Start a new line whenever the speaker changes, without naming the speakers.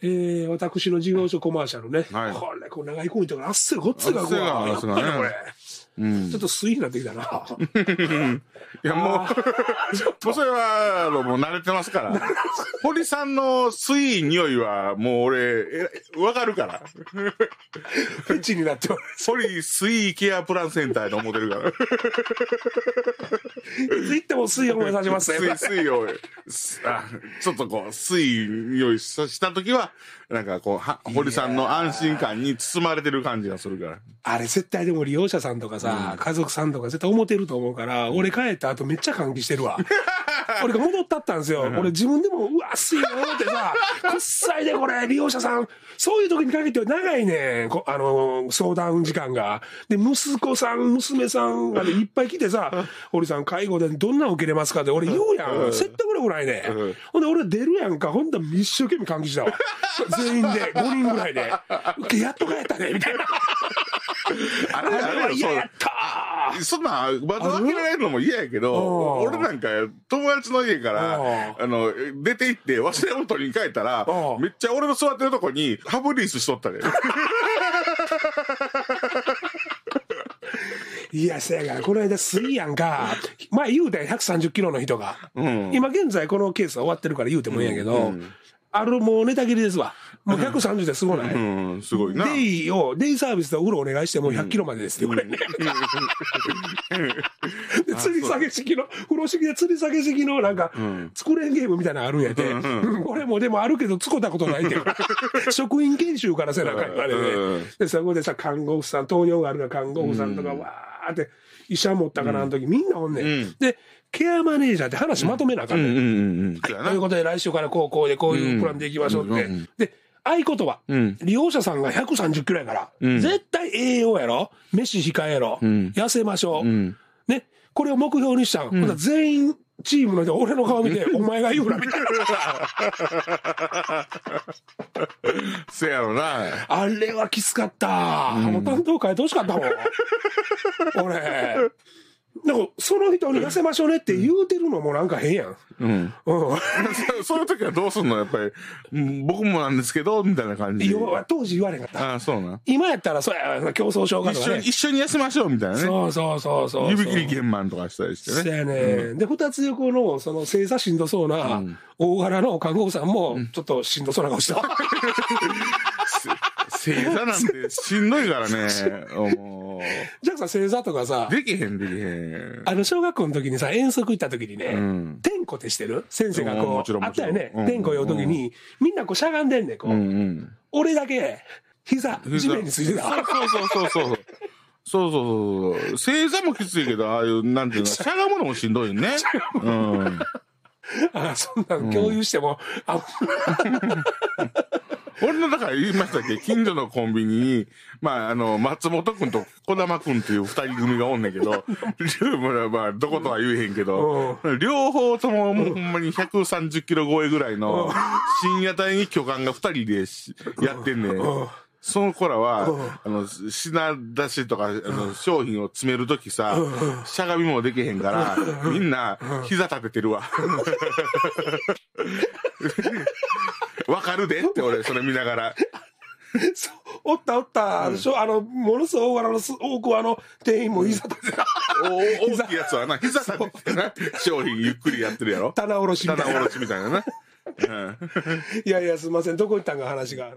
えー、私の事業所コマーシャルね。
はい
これ、こう長いコインとか、あっせごっついがこうわ。
あ
や
っ
っ
せ
ぱ
が
りこれ、
うん
ちょっと水になってきたな。
いや、もう、
ちょっ
もう
と
それは、もう慣れてま すから。堀さんの水い匂いは、もう俺、えわかるから。
ピッチになっておる。
堀水ケアプランセンターと思ってるから。
いつ行っても水を思いさせますね。
水、水を、すあちょっとこう、水匂いさした時は、なんかこう、は堀さんの安心感に包まれてる感じがするから。
あれ絶対でも利用者さんとかさ、家族さんとか絶対思ってると思うから、俺帰った後めっちゃ換気してる わ。俺が戻ったったんですよ。俺自分でも、うわ、水が思って さ、くっさいでこれ、利用者さん。そういう時にかけては長いねんこあのー、相談時間が。で、息子さん、娘さんがねいっぱい来てさ、俺さん、介護でどんなん受けれますかって俺言うや
うん
ん。説得力ないね
うん
ん。ほんで、俺出るやんか。ほんと一生懸命換気したわ。全員で、5人ぐらいで。やっと帰ったね、みたいな。
あ
あ
れ、あ
れ
れ
は
よ、そ
嫌
う
やったー
そんなん、窓開けられるのも嫌やけど、
うん
俺なんか友達の家から、
う
あの、出て行って忘れ物取りに帰ったら
う、ん
めっちゃ俺の座ってるとこにハブリースしとったで。
いや、せやから、この間水やんか。前言うてん130キロの人が。
うん
今現在このケースは終わってるから言うてもいいんやけど、あれもうネタ切りですわ。もう130ですごない。
うん、すごいな。
デイを、デイサービスでお風呂お願いしてもう100キロまでですって、これ。で、吊り下げ式の、風呂敷で吊り下げ式のなんか、作れんゲームみたいなのあるんやて。うんこれもでもあるけど、使ったことない って。職員研修からせなあかんからね
うん。
で、そこでさ、看護婦さん、糖尿があるから看護婦さんとか、わーって、医者持ったかなあの時、みんなおんねん。で、ケアマネージャーって話まとめなあかんねん
うんうんうん。
はい、ということで来週からこうこうでこういうプランでいきましょうって。
うん
で、合言葉、利用者さんが130キロやから、絶対栄養やろ飯控えろ、痩せましょう、ね、これを目標にしたん。ほんなら全員、チームの人、俺の顔見て、 お前が言うな、みたいな。
せやろな。
あれはきつかった。あの担当変えてほしかった もん。俺。なんか、その人に痩せましょうねって言うてるのもなんか変やん。
うん。
うん。
そそういう時はどうすんのやっぱり、うん僕もなんですけど、みたいな感じで。
よ当時言われへんかった。
ああ、そうな。
今やったら、そうや、競争障害
一
とか
緒
ね
に、。一緒に痩せましょう、みたいなね。
そうそうそうそうそう。
指切り玄満とかしたりして
そう
ね。
やね。で、二つ横の、その、正座しんどそうな、大柄の看護婦さんも、ちょっとしんどそうな顔 した。
正座なんてしんどいからね。もう
ジャックさん、正座とかさ、
できへん、できへん。
あの、小学校の時にさ、遠足行った時にね
ん、
天子ってしてる先生が
うん
こ
もちろん
う、あ
も
っ
ちろ
た
ん
よね
うん。
天子呼ぶ時に、みんなこうしゃがんでんねん、こ
う
う。
んうん。
俺だけ、膝、地面についてた。
そうそうそうそうそう。そうそうそうそう。正座もきついけど、ああいう、なんていうの、しゃがむのもしんどいね。うん。
あそんなん共有しても、あ、
俺のだから言いましたっけ近所のコンビニに、まあ、あの、松本くんと小玉くんっていう二人組がおんねんけど、まあまあ、どことは言えへんけど、両方とももうほんまに130キロ超えぐらいの深夜帯に巨漢が二人でしやってんね
うん
ん。その子らは、あの、品出しとか、あの、商品を詰めるときさ、しゃがみもできへんから、みんな、膝立ててるわ。わかるでって俺、それ見ながら。
そうおったおった、あのしょあの、ものすごい大柄のす、大桑の店員も膝立てた。
おお大きいやつはな、膝立ててな、商品ゆっくりやってるやろ。
棚卸しみ
棚
たいな。
卸しみたいなな。うん
いやいや、すいません。どこ行ったんか話が。